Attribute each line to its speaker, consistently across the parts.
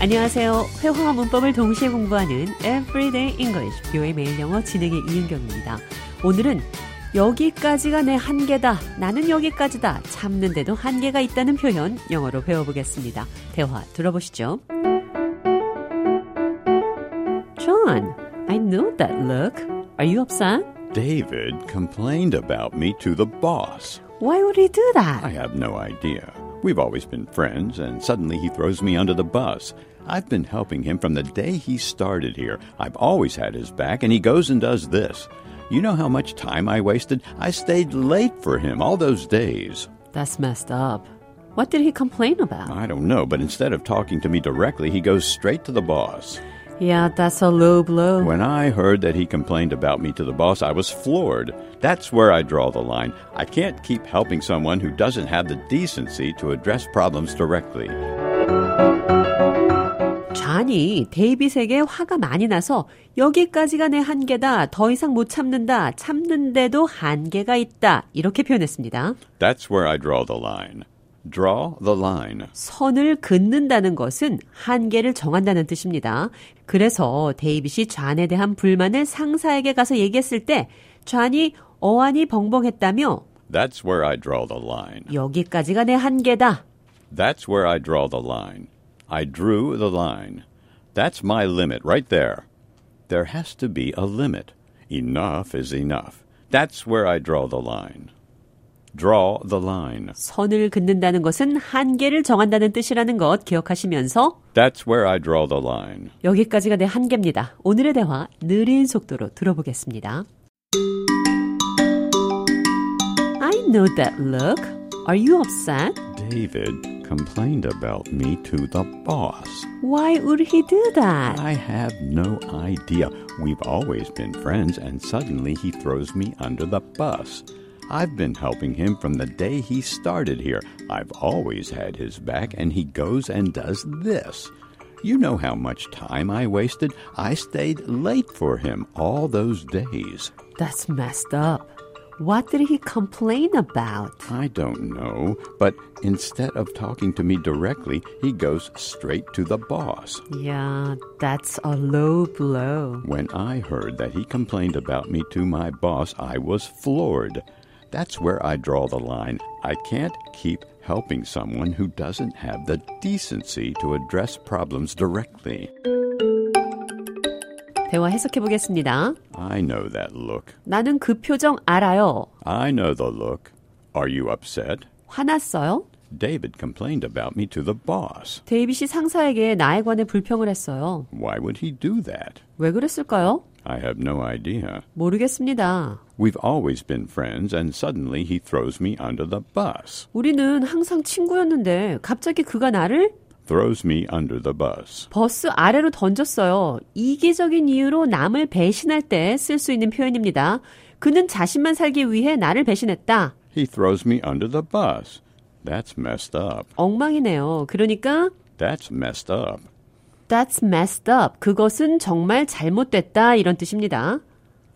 Speaker 1: 안녕하세요. 회화와 문법을 동시에 공부하는 Everyday English, 뷰의 매일 영어 진행의 이은경입니다. 오늘은 여기까지가 내 한계다. 나는 여기까지다. 참는데도 한계가 있다는 표현 영어로 배워보겠습니다. 대화 들어보시죠. John, I know that look. Are you upset?
Speaker 2: David complained about me to the boss.
Speaker 1: Why would he do
Speaker 2: I
Speaker 1: that?
Speaker 2: have no idea. We've always been friends, and suddenly he throws me under the bus. I've been helping him from the day he started here. I've always had his back, and he goes and does this. You know how much time I wasted? I stayed late for him all those days.
Speaker 1: That's messed up. What did he complain about?
Speaker 2: I don't know, but instead of talking to me directly, he goes straight to the boss.
Speaker 1: Yeah, that's a low blow.
Speaker 2: When I heard that he complained about me to the boss, I was floored. That's where I draw the line. I can't keep helping someone who doesn't have the decency to address problems directly.
Speaker 1: 잔이 데이빗에게 화가 많이 나서 여기까지가 내 한계다. 더 이상 못 참는다. 참는데도 한계가 있다. 이렇게 표현했습니다.
Speaker 2: That's where I draw the line. Draw the line.
Speaker 1: 선을 긋는다는 것은 한계를 정한다는 뜻입니다. 그래서 데이빗이 잔에 대한 불만을 상사에게 가서 얘기했을 때 잔이 어안이 벙벙했다며
Speaker 2: That's where I draw the line.
Speaker 1: 여기까지가 내 한계다.
Speaker 2: That's where I draw the line. I drew the line. That's my limit right there. There has to be a limit. Enough is enough. That's where I draw the line. Draw the line.
Speaker 1: 선을 긋는다는 것은 한계를 정한다는 뜻이라는 것 기억하시면서
Speaker 2: That's where I draw the line.
Speaker 1: 여기까지가 내 한계입니다. 오늘의 대화 느린 속도로 들어보겠습니다. I know that look. Are you upset?
Speaker 2: David complained about me to the boss.
Speaker 1: Why would he do that?
Speaker 2: I have no idea. We've always been friends, and suddenly he throws me under the bus. I've been helping him from the day he started here. I've always had his back, and he goes and does this. You know how much time I wasted? I stayed late for him all those days.
Speaker 1: That's messed up. What did he complain about?
Speaker 2: I don't know, but instead of talking to me directly, he goes straight to the boss.
Speaker 1: Yeah, that's a low blow.
Speaker 2: When I heard that he complained about me to my boss, I was floored. That's where I draw the line. I can't keep helping someone who doesn't have the decency to address problems directly.
Speaker 1: 대화 해석해 보겠습니다.
Speaker 2: I know that look.
Speaker 1: 나는 그 표정 알아요.
Speaker 2: I know the look. Are you upset?
Speaker 1: 화났어요?
Speaker 2: David complained about me to the boss.
Speaker 1: 데이빗이 상사에게 나에 관해 불평을 했어요.
Speaker 2: Why would he do that?
Speaker 1: 왜 그랬을까요?
Speaker 2: I have no idea.
Speaker 1: 모르겠습니다.
Speaker 2: We've always been friends, and suddenly he throws me under the bus.
Speaker 1: 우리는 항상 친구였는데 갑자기 그가 나를
Speaker 2: Throws me under the bus.
Speaker 1: 버스 아래로 던졌어요. 이기적인 이유로 남을 배신할 때 쓸 수 있는 표현입니다. 그는 자신만 살기 위해 나를 배신했다.
Speaker 2: He throws me under the bus. That's messed up.
Speaker 1: 엉망이네요. 그러니까
Speaker 2: That's messed up.
Speaker 1: that's messed up. 그것은 정말 잘못됐다 이런 뜻입니다.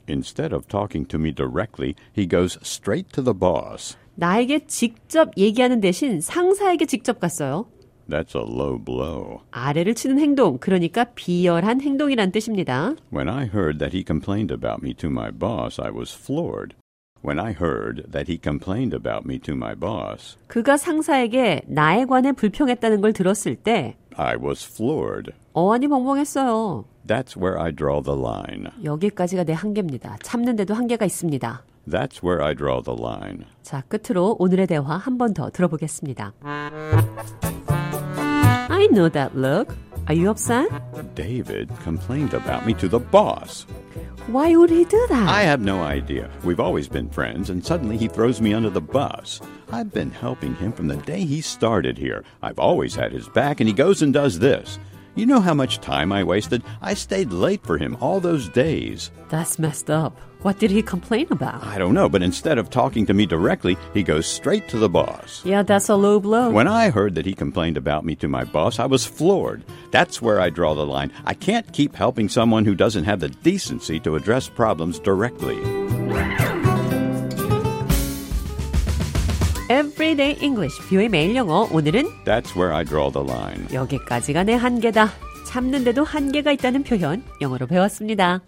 Speaker 2: Instead of talking to me directly, he goes straight to the boss.
Speaker 1: 나에게 직접 얘기하는 대신 상사에게 직접 갔어요.
Speaker 2: That's a low blow.
Speaker 1: 아래를 치는 행동, 그러니까 비열한 행동이란 뜻입니다.
Speaker 2: When I heard that he complained about me to my boss, I was floored. When I heard that he complained about me to my boss,
Speaker 1: 그가 상사에게 나에 관해 불평했다는 걸 들었을 때
Speaker 2: I was floored.
Speaker 1: 어안이 벙벙했어요.
Speaker 2: That's where I draw the line.
Speaker 1: 여기까지가 내 한계입니다. 참는데도 한계가 있습니다.
Speaker 2: That's where I draw the line.
Speaker 1: 자, 끝으로 오늘의 대화 한 번 더 들어보겠습니다. I know that look. Are you upset?
Speaker 2: David complained about me to the boss.
Speaker 1: Why would he do that?
Speaker 2: I have no idea. We've always been friends, and suddenly he throws me under the bus. I've been helping him from the day he started here. I've always had his back, and he goes and does this. You know how much time I wasted? I stayed late for him all those days.
Speaker 1: That's messed up. What did he complain about?
Speaker 2: I don't know, but instead of talking to me directly, he goes straight to the boss.
Speaker 1: Yeah, that's a low blow.
Speaker 2: When I heard that he complained about me to my boss, I was floored. That's where I draw the line. I can't keep helping someone who doesn't have the decency to address problems directly.
Speaker 1: Everyday English, 뷰의 매일 영어. 오늘은
Speaker 2: That's where I draw the line.
Speaker 1: 여기까지가 내 한계다. 참는데도 한계가 있다는 표현 영어로 배웠습니다.